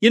You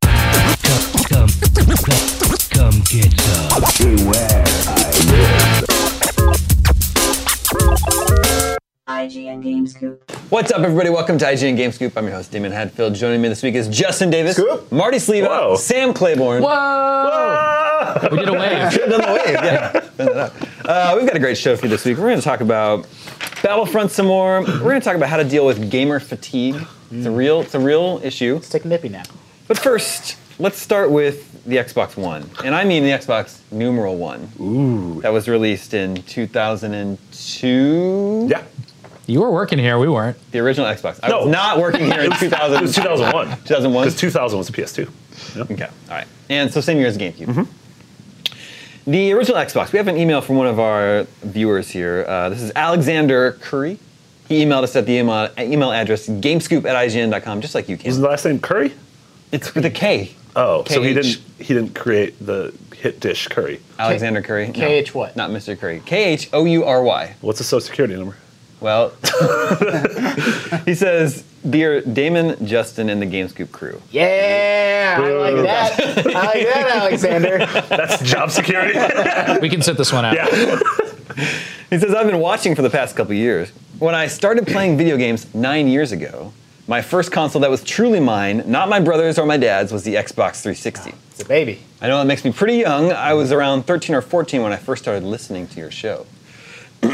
Come, come, come get some. IGN Games Coop. What's up, everybody? Welcome to IGN Game Scoop. I'm your host, Damon Hadfield. Joining me this week is Justin Davis, Scoop. Marty Sleva, Whoa. Sam Claiborne. Whoa. We did a wave. Another wave, yeah. Uh, we've got a great show for you this week. We're going to talk about Battlefront some more. We're going to talk about how to deal with gamer fatigue. It's a real, it's a real issue. Let's take a nippy nap. But first, let's start with the Xbox One, and I mean the Xbox numeral one. Ooh. That was released in 2002. Yeah. You were working here, we weren't. The original Xbox. I No. was not working here in 2000. It was 2001. 2001? Because 2000 was the PS2. Okay, all right. And so same year as GameCube. The original Xbox. We have an email from one of our viewers here. Uh, this is Alexander Curry. He emailed us at the email, email address gamescoop at ign.com, just like you Was can. the last name Curry? It's with a K. Oh, so he KH. didn't he didn't create the hit dish Curry. Alexander Curry. No, KH what? Not Mr. Curry. K H O U R Y. What's his social security number? Well, he says, Dear Damon, Justin, and the GameScoop crew. Yeah, Ah, I like that. I like that, Alexander. That's job security. We can sit this one out. yeah. He says, I've been watching for the past couple years. When I started playing video games nine years ago, my first console that was truly mine, not my brother's or my dad's, was the Xbox 360. It's a baby. I know that makes me pretty young. I was around 13 or 14 when I first started listening to your show.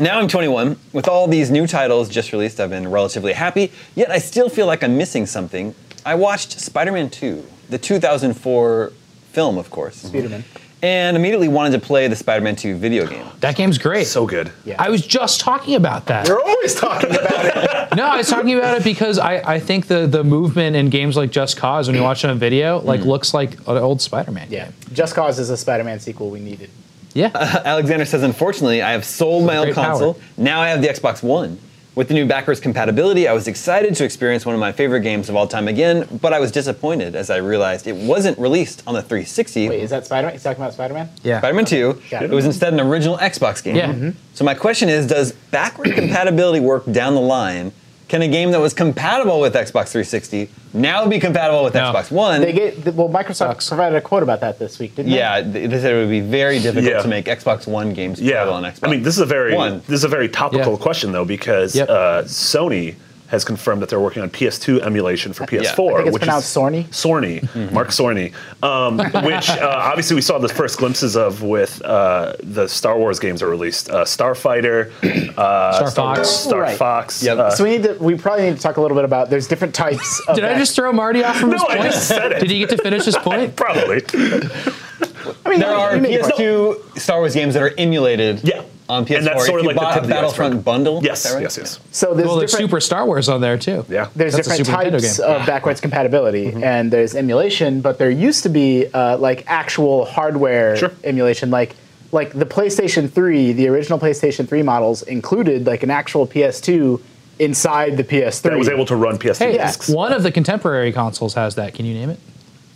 now I'm 21. With all these new titles just released, I've been relatively happy, yet I still feel like I'm missing something. I watched Spider Man 2, the 2004 film, of course. Spider-Man. And immediately wanted to play the Spider Man 2 video game. That game's great. So good. Yeah. I was just talking about that. We're always talking about it. No, I was talking about it because I, I think the, the movement in games like Just Cause, when you watch it on video, like looks like an old Spider-Man. Mm. Yeah, game. Just Cause is a Spider-Man sequel we needed. Yeah. Alexander says, unfortunately, I have sold my old Great power. console. Now I have the Xbox One. With the new backwards compatibility, I was excited to experience one of my favorite games of all time again, but I was disappointed as I realized it wasn't released on the 360. Wait, is that Spider-Man? He's talking about Spider-Man? Yeah. Spider-Man 2. Got It it. was instead an original Xbox game. Yeah. Mhm. So my question is, does backward compatibility work down the line? Can a game that was compatible with Xbox 360 now be compatible with No. Xbox One? They get well. Microsoft Sucks. provided a quote about that this week, didn't yeah, th- they said it would be very difficult Yeah. to make Xbox One games Yeah. compatible on Xbox. I mean, this is a very One. this is a very topical Yeah. question though because Yep. uh, Sony has confirmed that they're working on PS2 emulation for PS4, I think it's which pronounced is Sorny. Sorny, Mm-hmm. Mark Sorny, um, which uh, obviously we saw the first glimpses of with uh, the Star Wars games that were released, uh, Starfighter, uh, Star Fox. Star Right. Fox. Yep. uh, So we need to. We probably need to talk a little bit about. There's different types. Of Did I that. just throw Marty off from No, his I point? just said it. Did he get to finish his point? probably. I mean, There you are made the point. PS2 Star Wars games that are emulated Yeah. on PS4. And that's sort if of you like the bought tip the, of the Battlefront iceberg. bundle, is Yes, that right? yes, yes. So there's Well, there's different. Super Star Wars on there too. Yeah. there's That's a different Super Nintendo types game. Mm-hmm. of backwards compatibility and there's emulation but there used to be uh, like actual hardware Sure. emulation like like the playstation 3 the original playstation 3 models included like an actual ps2 inside the ps3 That was able to run PS2 Hey, discs. one of the contemporary consoles has that. Can you name it?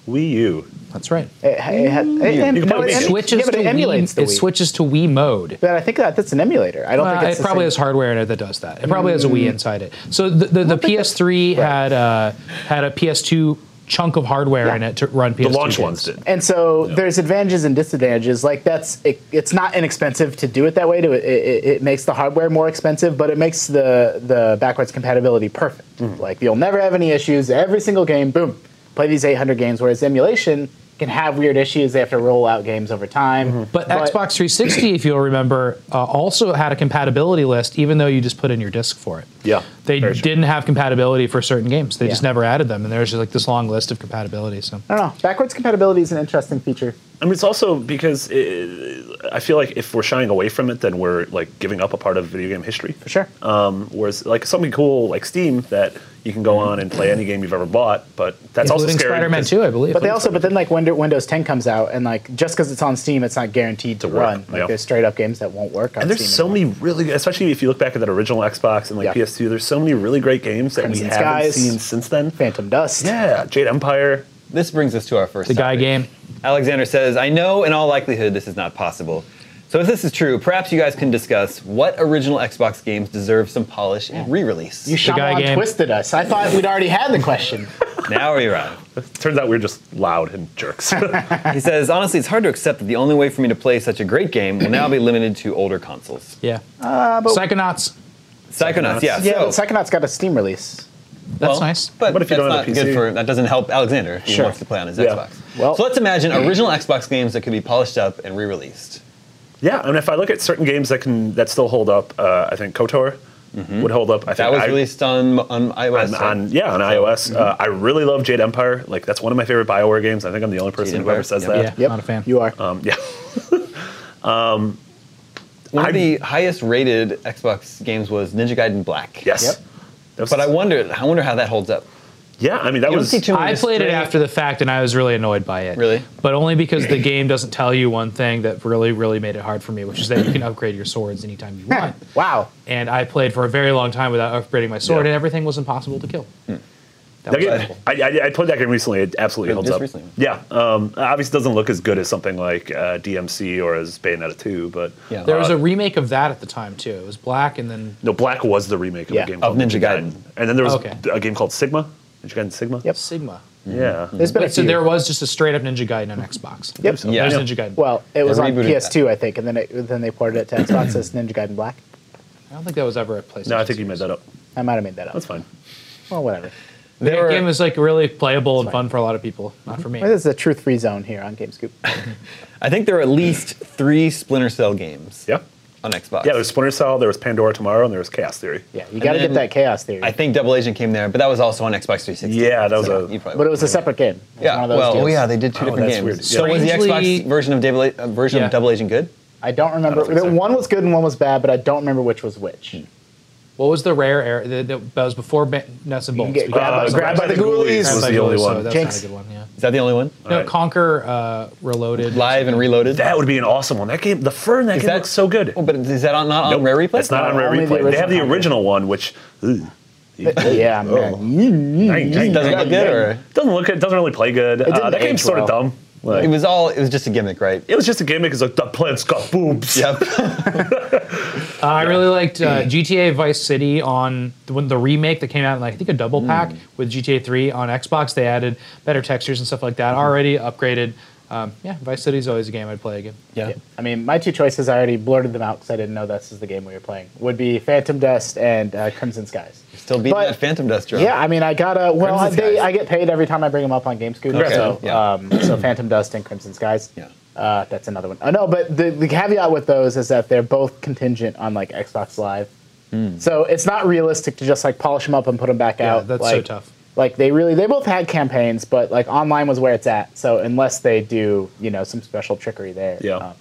Wii U. That's right. it, it had, it, You em- can no, play it, Wii. em- Switches yeah, but to it emulates Wii. the It Wii. switches to Wii mode. but i think that that's an emulator i don't Uh, think it it's the probably same- has Mm. hardware in it that does that. It probably has a Wii inside it. So the the, the PS3 had uh, had a PS2 chunk of hardware Yeah. in it to run PS2. The launch games. ones did. and so there's advantages and disadvantages. Like that's it, it's not inexpensive to do it that way. To it, it, it makes the hardware more expensive, but it makes the the backwards compatibility perfect. Mm-hmm. Like you'll never have any issues. Every single game, boom, play these 800 games. Whereas emulation can have weird issues. They have to roll out games over time. But, Xbox 360, if you'll remember, uh, also had a compatibility list, even though you just put in your disc for it. Yeah, They very true. didn't have compatibility for certain games. They just Yeah. never added them, and there's just like this long list of compatibility. So I don't know. Backwards compatibility is an interesting feature. I mean, it's also because uh I feel like if we're shying away from it, then we're like giving up a part of video game history. For sure. Um, whereas, like something cool like Steam that you can Mm-hmm. go on and play any game you've ever bought, but that's also including scary. Spider-Man because- 2, I believe. But they also, but then like when Windows 10 comes out, and like just because it's on Steam, it's not guaranteed to, To work, run. Like yeah. there's straight up games that won't work. On And there's Steam so anymore. many really, especially if you look back at that original Xbox and like Yeah. PS2, there's so many really great games that Crimson we haven't Skies. seen since then. Phantom Dust. Yeah, Jade Empire. This brings us to our first the guy topic. game. Alexander says, I know in all likelihood this is not possible. So if this is true, perhaps you guys can discuss what original Xbox games deserve some polish and re-release. You guy Shyamalan game. twisted us. I thought we'd already had the question. now we arrive. Turns out we're just loud and jerks. He says, honestly, it's hard to accept that the only way for me to play such a great game will now be limited to older consoles. Yeah. Uh, Psychonauts. Psychonauts, yeah. Yeah, so, but Psychonauts got a Steam release. That's well, nice. But What if you that's don't not have a good PC? for that doesn't help Alexander if he Sure. wants to play on his Yeah. Xbox. Well- so let's imagine original Xbox games that could be polished up and re-released. yeah, and if I look at certain games that can that still hold up, uh, I think KOTOR Mm-hmm. would hold up. I think That was I- released on on iOS. on, right? on yeah on iOS. Mm-hmm. Uh, I really love Jade Empire. Like that's one of my favorite Bioware games. I think I'm the only person who Empire, ever says yep. Yeah, that. Yep. not a fan. You are. Um, yeah. One of I- the highest rated Xbox games was Ninja Gaiden Black. Yes. Yep. That was- But I wonder, I wonder how that holds up. yeah, I mean that You don't was see too many I played it straight- after the fact, and I was really annoyed by it. Really? But only because the game doesn't tell you one thing that really, really made it hard for me, which is that you can upgrade your swords anytime you want. wow. and I played for a very long time without upgrading my sword, Yeah. and everything was impossible to kill. that game- Playable. I, I, I played that game recently. It absolutely Yeah, holds just up. recently. Yeah. Um, obviously, it doesn't look as good as something like uh, DMC or as Bayonetta 2, but Yeah. There was Uh, a remake of that at the time too. It was black, and then no, Black was the remake of Yeah. a game Of called Ninja Gaiden. Oh, And then there was Okay. a game called Sigma. Ninja Gaiden Sigma. Yep. Sigma. Yeah. There's been a But so few. there was just a straight up Ninja Gaiden on Xbox. Yep. Yeah. There's Ninja Gaiden. Well, it was They on rebooted PS2, I think, and then it, then they ported it to Xbox as Ninja Gaiden Black. I don't think that was ever a PlayStation. No, I think you made that up. I might have made that up. That's fine. Well, whatever. There That were- game was like really playable and fun for a lot of people, not for me. This is a truth-free zone here on GameScoop. I think there were at least three Splinter Cell games Yeah. on Xbox. Yeah, there was Splinter Cell, there was Pandora Tomorrow, and there was Chaos Theory. Yeah, you got to then- get that chaos theory. I think Double Agent came there, but that was also on Xbox 360. Yeah, that was a- you probably but it was a separate game. It was yeah. one of those well, oh deals. yeah, they did two Oh, different that's games. weird. So Yeah. was the Strangely- Xbox version of Double A- uh, version Yeah. of Double Agent good? I don't remember. think so. One was good and one was bad, but I don't remember which was which. What was the rare era that, that that was before ba- Nuts and You can Bolts? get because- grabbed, Uh, by, grabbed by the ghoulies. This was Grabbed the by only Ghoulies, one. So that's Jinx. not a good one. Yeah. Is that the only one? No, right. Conquer uh, Reloaded. Live and reloaded. That would be an awesome one. That game, the fur in that Is game that- looks so good. Oh, but is that on, not Nope, on Rare Replay? It's not on Rare Only the Replay. they have the original. original one, which ugh, yeah, man. Mm-hmm. dang, dang, Doesn't dang, look good, dang. or doesn't look good. Doesn't really play good. Uh, didn't that game's age sort of well. dumb. Like, it was all. It was just a gimmick, right? it was just a gimmick. It's like the plant's got boobs. Yep. Uh, I really liked uh, GTA Vice City on the, when the remake that came out in like, I think a Hmm. Hmm. double pack with GTA 3 on Xbox. They added better textures and stuff like that. Already upgraded Um, yeah, Vice City is always a game I'd play again. Yeah. I mean, my two choices, I already blurted them out because I didn't know this is the game we were playing, would be Phantom Dust and uh, Crimson Skies. Still beating But- that Phantom Dust drum. Yeah, I mean, I gotta. Well, Crimson they, Skies. I get paid every time I bring them up on GameScoop. Okay. So, Yeah. um, so Phantom Dust and Crimson Skies. Yeah. Uh, that's another one. Uh, no, but the, the caveat with those is that they're both contingent on like Xbox Live. So it's not realistic to just like polish them up and put them back Yeah, out. that's so like, tough. Like they really, they both had campaigns, but like online was where it's at. So unless they do, you know, some special trickery there. um, Yeah.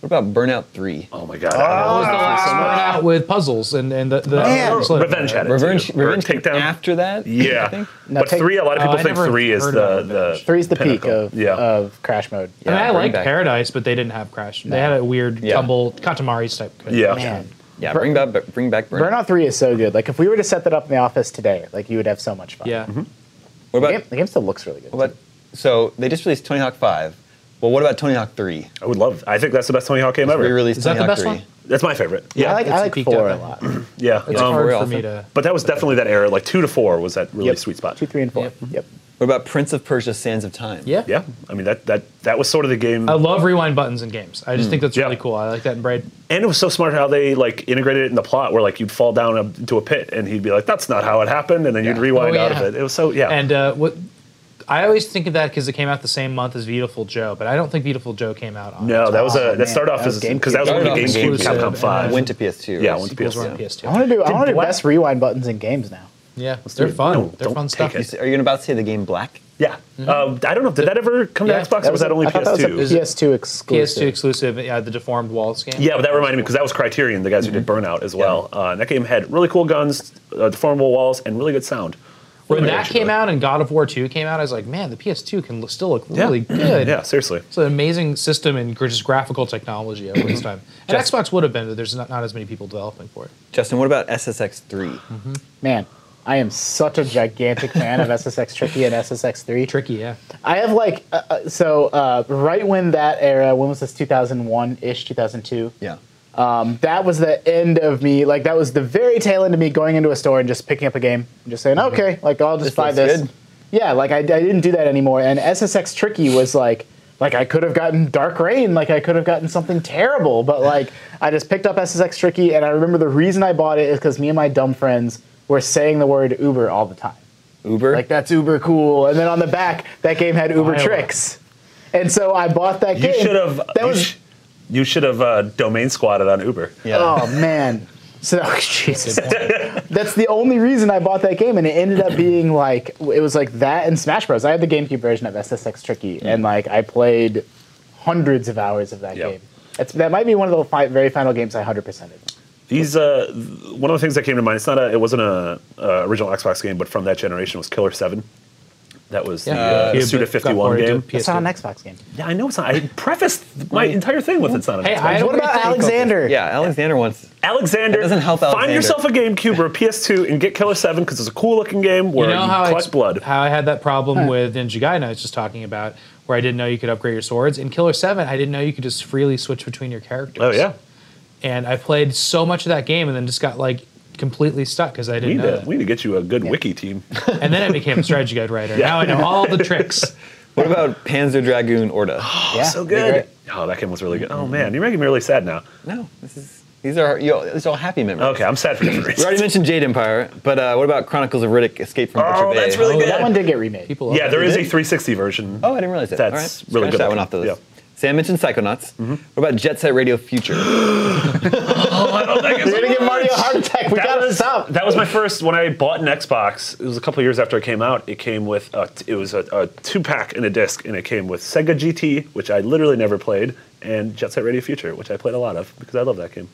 What about Burnout 3? Oh my god. Ah, I know. Out with puzzles and and the, the Man. slip. Revenge had it. Revenge, too. Or Revenge came Takedown. after that? I Yeah. think? No, but take- three, a lot of Oh, people I think never three is heard the, about the. Three's the peak pinnacle. of uh, Yeah. of Crash Mode. I mean, Yeah, I bring like back- Paradise, but they didn't have Crash. They had a weird Yeah. tumble Katamari type. thing. yeah. Man. Yeah, bring back, bring back Burnout. Burnout 3 is so good. Like, if we were to set that up in the office today, like, you would have so much fun. Yeah. What The about, game, the game still looks really good. what about, so they just released Tony Hawk 5. Well, what about Tony Hawk 3? I would love. I think that's the best Tony Hawk game They ever. released Is that Tony the Hawk best 3. one? That's my favorite. I Yeah. like, it's I like peaked 4 up. a lot. 2, Yeah. It's Um, hard real for me often. to. but that was definitely that era. Like two to four was that really Yep. sweet spot. 3, and 4. Yep. What about Prince of Persia Sands of Time? Yeah. Yeah. I mean that that that was sort of the game. I love rewind buttons in games. I just think that's Mm. Yeah. really cool. I like that in Braid. And it was so smart how they like integrated it in the plot, where like you'd fall down a, into a pit, and he'd be like, "That's not how it happened," and then you'd Yeah. rewind Oh, out of yeah. it. It was so yeah. And uh, what I always think of that because it came out the same month as Beautiful Joe, but I don't think Beautiful Joe came out on. no, that was Oh, a man, that started off that as was because that was GameCube. one of Started the off GameCube exclusive, Capcom and Five. then- Went to PS2. Yeah, right? went to Sequels were on PS2. PS2. I want to do, I want to do Black- best rewind buttons in games now. Yeah, they're it. fun. No, they're don't fun take stuff. it. You s- Are you about to say the game Black? Yeah. Um, I don't know. Did that ever come Yeah. to Xbox, That or was that only I thought PS2? That was a PS2 exclusive. PS2 exclusive. Yeah, the Deformed Walls game. Yeah, but that reminded me because that was Criterion, the guys who did Burnout as well. Uh, and that game had really cool guns, uh, deformable walls, and really good sound. when Really that good, came actually. out and God of War 2 came out, I was like, man, the PS2 can lo- still look Yeah. really good. Yeah, seriously. It's an amazing system and gr- just graphical technology over this time. And Just- Xbox would have been, but there's not, not as many people developing for it. Justin, what about SSX 3? Man, I am such a gigantic fan of SSX Tricky and SSX 3. Tricky, yeah. I have like uh, uh, so uh, right when that era, when was this? Two thousand one ish, two thousand two. Yeah. Um, that was the end of me. Like that was the very tail end of me going into a store and just picking up a game and just saying, okay, like I'll just This buy looks this. good. Yeah, like I, I didn't do that anymore. And SSX Tricky was like, like I could have gotten Dark Rain, like I could have gotten something terrible, but like I just picked up SSX Tricky, and I remember the reason I bought it is because me and my dumb friends were saying the word Uber all the time. Uber? Like that's uber cool. And then on the back, that game had Uber Iowa. tricks. And so I bought that You game. should have. That you was. sh- you should have uh, domain squatted on Uber. yeah. Oh man. So oh, Jesus. that's the only reason I bought that game, and it ended up being like it was like that and Smash Bros. I had the GameCube version of SSX Tricky, Mm. and like I played hundreds of hours of that Yep. game. It's, that might be one of the fi- very final games I hundred percented. These uh, th- one of the things that came to mind. It's not a. It wasn't a uh, original Xbox game, but from that generation was Killer Seven. That was the, uh, Yeah, but Suda got Fifty One ported to game. PS2. It's not an Xbox game. Yeah, I know it's not. I prefaced my entire thing with it's not an Hey, Xbox. I don't What about think- Alexander? yeah, Alexander wants. Alexander, That doesn't help Find Alexander. yourself a GamCube or a PS2 and get Killer Seven because it's a cool looking game where You you, know how I, collect blood. how I had that problem with Ninja Gaiden I was just talking about, where I didn't know you could upgrade your swords. In Killer 7, I didn't know you could just freely switch between your characters. oh yeah, And I played so much of that game and then just got like completely stuck because I didn't we need know to that. we need to get you a good wiki team. and then I became a strategy guide writer. Now I know all the tricks. What about Panzer Dragoon Orta? yeah, so they're good. great. Oh, that game was really good. Oh man, you're making me really sad now. no, this is these are you know, these are all happy memories. Okay, I'm sad for different We already reasons. mentioned Jade Empire, but uh, what about Chronicles of Riddick: Escape from Butcher Oh, Bay? that's really Oh, good. That one did get remade. People love yeah, that. there is a did? 360 version. Oh, I didn't realize that. That's All right. Scratch really good Mm-hmm. That one off the looking. list. Sam mentioned Psychonauts. What about Jet Set Radio Future? You're gonna give Mario a heart attack. We That gotta was- stop. That was my first when I bought an Xbox. It was a couple years after it came out. It came with a, it was a, a two pack and a disc, and it came with Sega GT, which I literally never played, and Jet Set Radio Future, which I played a lot of because I love that game.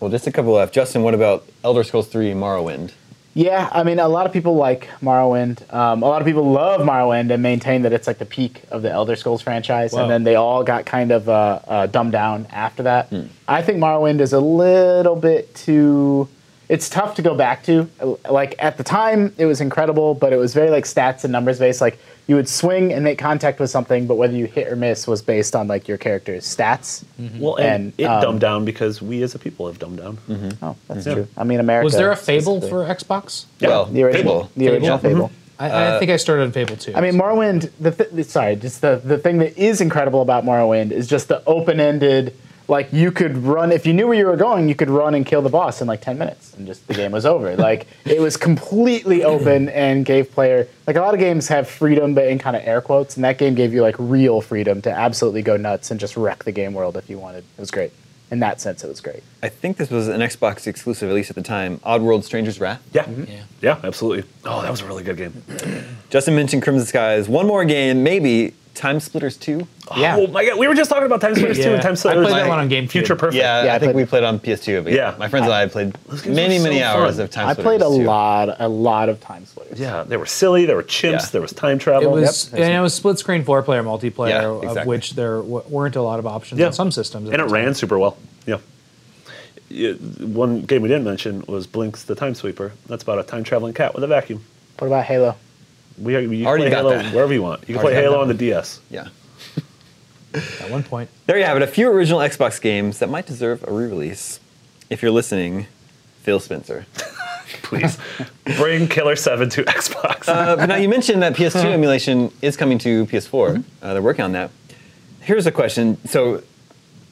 well, just a couple left. Justin, what about Elder Scrolls 3 Morrowind? Yeah, I mean, a lot of people like Morrowind. Um, a lot of people love Morrowind and maintain that it's like the peak of the Elder Scrolls franchise, Wow. and then they all got kind of uh, uh, dumbed down after that. I think Morrowind is a little bit too. It's tough to go back to. Like at the time, it was incredible, but it was very like stats and numbers based. Like you would swing and make contact with something, but whether you hit or miss was based on like your character's stats. Well, and, And, it um, dumbed down because we as a people have dumbed down. Mm-hmm. Oh, that's Yeah. true. I mean, America. Was there a fable specifically. for Xbox? Yeah. Well, the original? Fable. The original Fable? Fable. I, Uh, I think I started on Fable two. I mean, Morrowind. The th- sorry, just the the thing that is incredible about Morrowind is just the open ended. Like you could run if you knew where you were going, you could run and kill the boss in like ten minutes, and just the game was over. Like it was completely open and gave player like a lot of games have freedom, but in kind of air quotes, and that game gave you like real freedom to absolutely go nuts and just wreck the game world if you wanted. It was great. In that sense, it was great. I think this was an Xbox exclusive, at least at the time. Oddworld: Stranger's Wrath. Yeah. Mm-hmm. yeah, absolutely. Oh, that was a really good game. Justin mentioned Crimson Skies. One more game, maybe Time Splitters Two. yeah, Oh my god, we were just talking about Time Splitters Two Yeah. and Time I Splitters. played that one on GameCube. Future Perfect. Yeah, Yeah, I I think played- we played on PS2. But yeah, Yeah. my friends and I played games many, were many so hours fun. of Time I played Splitters a 2. lot, a lot of time splitters. Yeah, they were silly. There were chimps. Yeah. There was time travel. it was and it was split screen four player multiplayer, Yeah, of exactly. which there w- weren't a lot of options Yeah. on some systems. at and it the time. ran super well. Yeah. Yeah, One game we didn't mention was Blinks the Time Sweeper. That's about a time traveling cat with a vacuum. What about Halo? We you can Already play got Halo that. wherever you want. You can Already play got Halo that. on the DS. Yeah. at one point. There you have it. A few original Xbox games that might deserve a re-release. If you're listening, Phil Spencer. Please bring Killer Seven to Xbox. Uh, but now you mentioned that PS2 emulation is coming to PS4. Uh, they're working on that. Here's a question. So,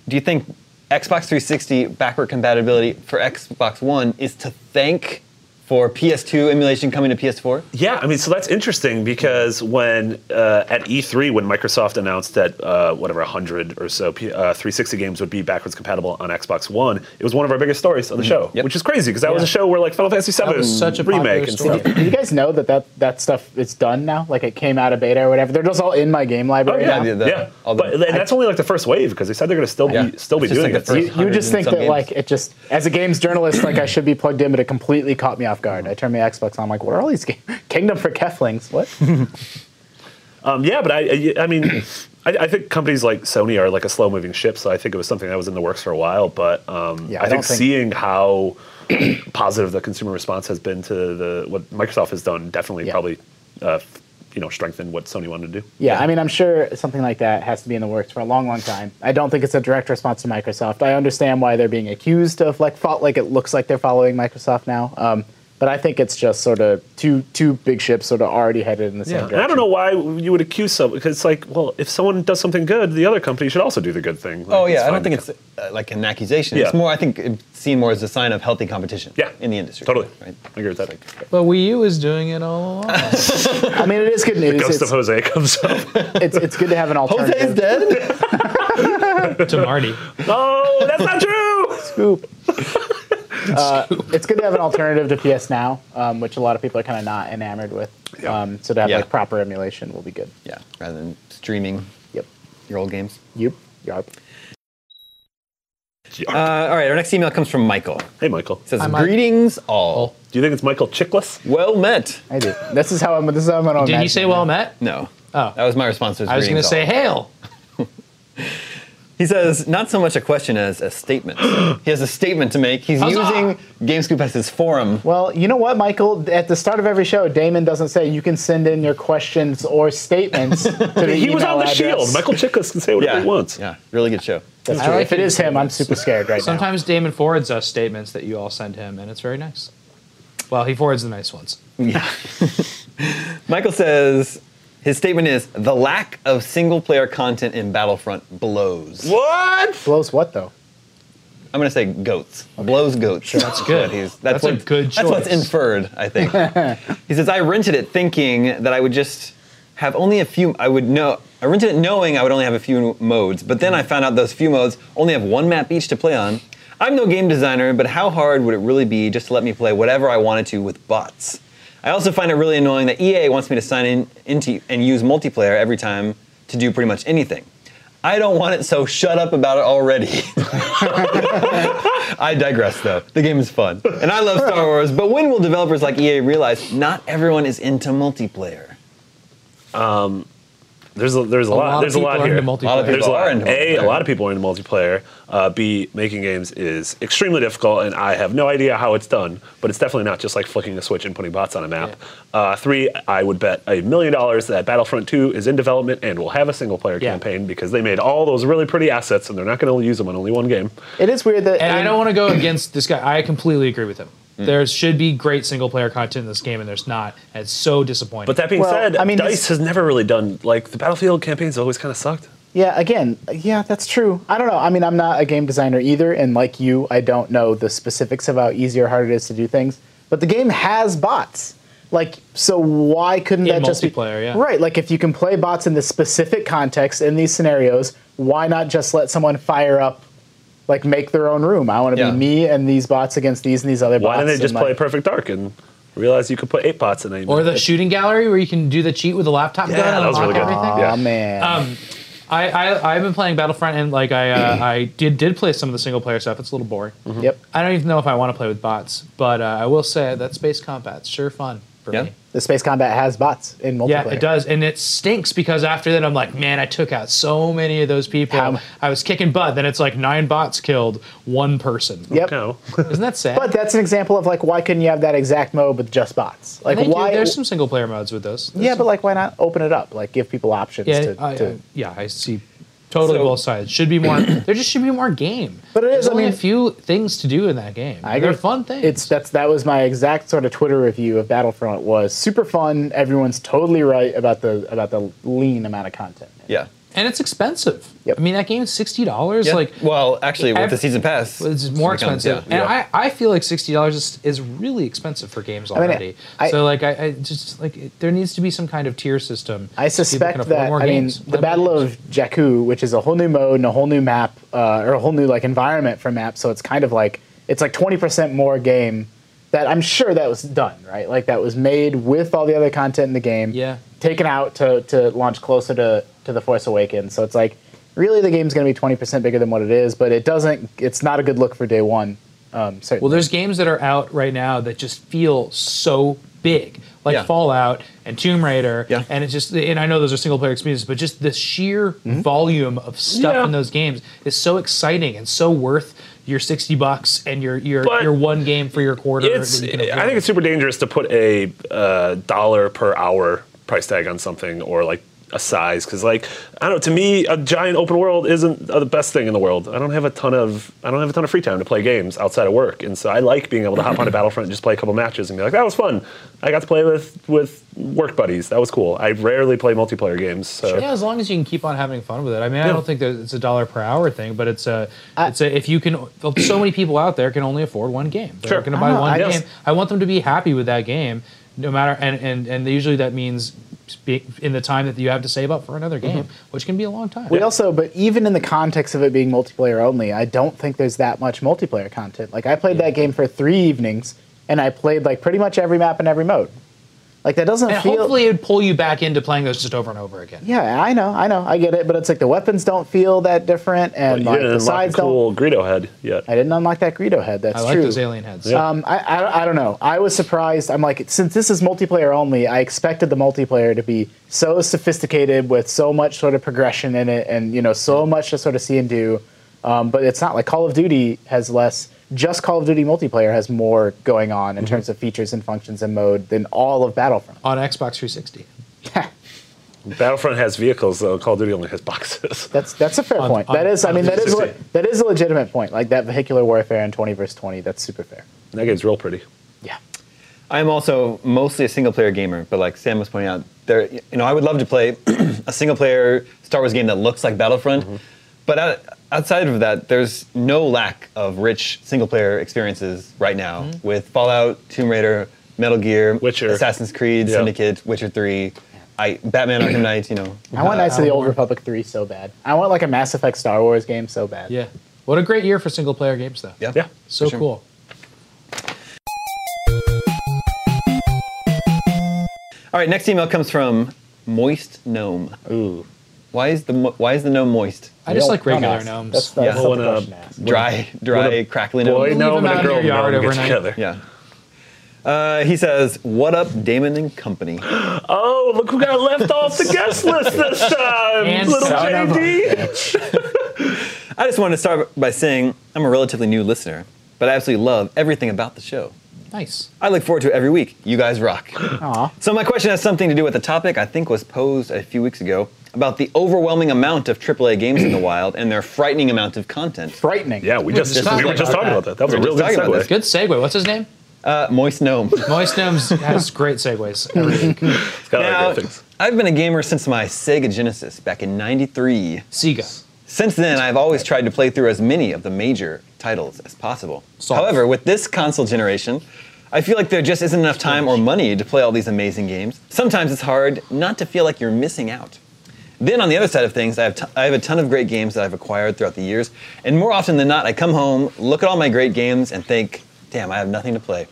do you think Xbox 360 backward compatibility for Xbox One is to thank for PS2 emulation coming to PS4? Yeah, I mean, so that's interesting because when uh, at E3, when Microsoft announced that uh, whatever 100 or so P- uh, 360 games would be backwards compatible on Xbox One, it was one of our biggest stories on the show, Mm, Yep. which is crazy because that was a show where like Final Fantasy VII was such a popular remake and story. stuff. Do you guys know that, that that stuff is done now? Like it came out of beta or whatever. They're just all in my game Oh library yeah, now. Yeah, the- yeah. all the- but and that's only like the first wave because they said they're going to still Yeah. be still be It's just doing like it. the You, first- you just think 100 and some that games. like it just as a games journalist, like I should be plugged in, but it completely caught me off guard. I turned my Xbox on, I'm like, what are all these games? Kingdom for Keflings? What? Um, yeah, but I, I, I mean, I, I think companies like Sony are like a slow moving ship, so I think it was something that was in the works for a while. But um, Yeah, I, I think, don't think- seeing how positive the consumer response has been to the what Microsoft has done definitely Yeah. probably uh, f- you know strengthened what Sony wanted to do. Yeah, I mean, I'm sure something like that has to be in the works for a long, long time. I don't think it's a direct response to Microsoft. I understand why they're being accused of like fault, like it looks like they're following Microsoft now. Um, but I think it's just sort of two two big ships sort of already headed in the same Yeah, direction. and I don't know why you would accuse someone because it's like, well, if someone does something good, the other company should also do the good thing. Like, Oh yeah, I fine. don't think it's uh, like an accusation. It's Yeah. more, I think, it's seen more as a sign of healthy competition. Yeah. in the industry. Totally. Right? I agree with that. But Wii U is doing it all along. I mean, it is good news. Ghost of It's, Jose comes up. it's, it's good to have an alternative. Jose is dead. to Marty. oh, that's not true. Scoop. Uh, it's good to have an alternative to PS Now, um, which a lot of people are kind of not enamored with. Um, so to have Yeah. like proper emulation will be good. yeah, rather than streaming Yep. your old games. Yep. Yep. Uh, all right, our next email comes from Michael. It Hey, Michael. says, Hi, Mike. "Greetings, all. Do you think it's Michael Chickless? Well met." I do. This is how I'm. This is how I'm going to. Did you say well met? No. Oh. That was my response. I was going to "Greetings, all." say hail. He says, not so much a question as a statement. he has a statement to make. He's Huzzah! using GameScoop as his forum. Well, you know what, Michael? At the start of every show, Damon doesn't say you can send in your questions or statements to the He was email on the address. shield. Michael Chiklis can say whatever he wants. Yeah, really good show. That's true. if it is him, I'm super scared right now. Sometimes Damon forwards us statements that you all send him, and it's very nice. Well, he forwards the nice ones. Michael says, his statement is, the lack of single player content in Battlefront blows. What? Blows what though? I'm going to say goats. Blows goats. That's good. That's a good That's what's choice. inferred, I think. he says, I rented it thinking that I would just have only a few, I would know, I rented it knowing I would only have a few modes, but then I found out those few modes only have one map each to play on. I'm no game designer, but how hard would it really be just to let me play whatever I wanted to with bots? I also find it really annoying that EA wants me to sign in into and use multiplayer every time to do pretty much anything. I don't want it, so shut up about it already. I digress, though. The game is fun, and I love Star Wars. But when will developers like EA realize not everyone is into multiplayer? There's a, there's a, lot. lot of There's a people lot are here. into multiplayer. A lot of there's people are into a, a multiplayer. lot of people are into multiplayer. Uh, B, making games is extremely difficult, and I have no idea how it's done, but it's definitely not just like flicking a switch and putting bots on a map. Uh, three, I would bet a million dollars that Battlefront 2 is in development and will have a single player Yeah. campaign because they made all those really pretty assets and they're not going to use them on only one game. It is weird that. And I don't want to go against this guy. I completely agree with him. Mm. There should be great single player content in this game, and there's not. And it's so disappointing. But that being Well, said, I mean, Dice it's- has never really done like the Battlefield campaigns always kind of sucked. Yeah, again, yeah, that's true. I don't know. I mean, I'm not a game designer either, and like you, I don't know the specifics of how easy or hard it is to do things. But the game has bots. Like, so why couldn't In that just be multiplayer, yeah. right? Like, if you can play bots in this specific context in these scenarios, why not just let someone fire up, like, make their own room? I want to Yeah. be me and these bots against these and these other Why bots. didn't they and, just play like- Perfect Dark and realize you could put eight bots in a or the shooting gallery where you can do the cheat with the laptop Yeah, gun and that was unlock really good. Uh-huh. everything. Yeah. Aw, oh, man. Uh, I, I I've been playing Battlefront and like I uh, I did did play some of the single player stuff. It's a little boring. Mm-hmm. Yep. I don't even know if I want to play with bots, but uh, I will say that space combat's sure fun for Yeah. me. The space combat has bots in multiplayer. Yeah, it does, and it stinks because after that I'm like, man, I took out so many of those people. How- I was kicking butt. Then it's like nine bots killed, one person. Yep. No. Isn't that sad? But that's an example of like why couldn't you have that exact mode with just bots? Like They do- why? There's some single player modes with those. There's yeah, some- but like why not open it up? Like give people options. yeah, to, I, I- to yeah, I see totally So- both sides. Should be more. there just should be more game. But it is, There's I only mean- a few things to do in that game. I agree. They're fun things. It's that's that was my exact sort of Twitter review of Battlefront was super fun. Everyone's totally right about the about the lean amount of content. Yeah. and it's expensive. Yep. I mean, that game is sixty dollars. Yeah. Like, well, actually, with the every- season pass, it's more becomes- expensive. yeah. And I, I feel like sixty dollars is, is really expensive for games mean, already. I- so like, I, I just like it, there needs to be some kind of tier system. I so people can suspect afford that more I mean games. the Battle of Jakku, which is a whole new mode and a whole new map uh, or a whole new like environment for map. So it's kind of like it's like twenty percent more game. That I'm sure that was done right. Like that was made with all the other content in the game. Yeah. Taken out to to launch closer to to the Force Awakens. So it's like really the game's going to be twenty percent bigger than what it is, but it doesn't. It's not a good look for day one. Um, certainly. Well, there's games that are out right now that just feel so big, like Yeah. Fallout and Tomb Raider, Yeah. and it's just. And I know those are single player experiences, but just the sheer volume of stuff Mm-hmm. Yeah. in those games is so exciting and so worth your sixty bucks and your your But your one game for your quarter. It's, that I you can afford. think it's super dangerous to put a uh, dollar per hour price tag on something or like a size because like I don't know to me a giant open world isn't the best thing in the world. I don't have a ton of I don't have a ton of free time to play games outside of work, and so I like being able to hop on a Battlefront and just play a couple matches and be like that was fun. I got to play with with work buddies. That was cool. I rarely play multiplayer games, so Yeah, as long as you can keep on having fun with it. I mean, I Yeah. don't think that it's a dollar per hour thing, but it's a it's a if you can. So many people out there can only afford one game. They're Sure. going to buy know, one I game. just- I want them to be happy with that game, no matter and and and usually that means be- in the time that you have to save up for another game, which can be a long time. Mm-hmm. We also, but even in the context of it being multiplayer only, I don't think there's that much multiplayer content. Like I played that game for three evenings, and I played like pretty much every map in every mode. Like that doesn't and feel. hopefully, it'd pull you back into playing those just over and over again. yeah, I know, I know, I get it, but it's like the weapons don't feel that different, But and you like didn't the unlock a sides cool Greedo head yet. don't. I didn't unlock that Greedo head. That's I like true. those alien heads. Um, I, I, I don't know. I was surprised. I'm like, since this is multiplayer only, I expected the multiplayer to be so sophisticated with so much sort of progression in it, and you know, so much to sort of see and do. Um, but it's not like Call of Duty has less. Just Call of Duty multiplayer has more going on in Mm-hmm. terms of features and functions and mode than all of Battlefront. On Xbox 360, Battlefront has vehicles though. Call of Duty only has boxes. That's that's a fair On- point. on- that is, I on mean, that is le- 360. that is a legitimate point. Like that vehicular warfare in 20 versus 20. That's super fair. that game's real pretty. Yeah. I'm also mostly a single player gamer, but like Sam was pointing out, there you know I would love to play a single player Star Wars game that looks like Battlefront, Mm-hmm. but out, outside of that, there's no lack of rich single player experiences right now with Fallout, Tomb Raider, Metal Gear, Mm-hmm. Witcher. Assassin's Creed, Yeah. Syndicate, Witcher Three, I Batman Arkham Knight. You know, I want Uh, Knights of the Old Republic 3 so bad. I want like a Mass Effect Star Wars game so bad. yeah. What a great year for single player games, though. yeah, Yeah. So for sure. cool. All right, next email comes from Moist Gnome. Ooh. Why is the mo- why is the gnome moist? I just Don't- like regular don't ask. gnomes. That's, that's Yeah. not Well, the when, uh, question to ask. Dry, dry, crackly Boy, gnome. leave no, them and out a in girl your yard gnome get overnight. together. Yeah. Uh, he says, "What up, Damon and company?" Oh, look who got left off the guest list this time, And little son of JD. I just wanted to start by saying I'm a relatively new listener, but I absolutely love everything about the show. nice. I look forward to it every week. You guys rock. Aw. So my question has something to do with the topic I think was posed a few weeks ago about the overwhelming amount of AAA games in the wild and their frightening amount of content. Frightening. Yeah, we just, just we were talking just about talking about that. That was a We were real just good talking about segue. this. Good segue. What's his name? Uh, Moist Gnome. Moist Gnomes has great segues. every week. It's got a lot Now, of great things. I've been a gamer since my Sega Genesis back in 93. Sega. Since then, I've always tried to play through as many of the major titles as possible. Solid. However, with this console generation, I feel like there just isn't enough time or money to play all these amazing games. Sometimes it's hard not to feel like you're missing out. Then, on the other side of things, I have, t- I have a ton of great games that I've acquired throughout the years, and more often than not, I come home, look at all my great games, and think, damn, I have nothing to play.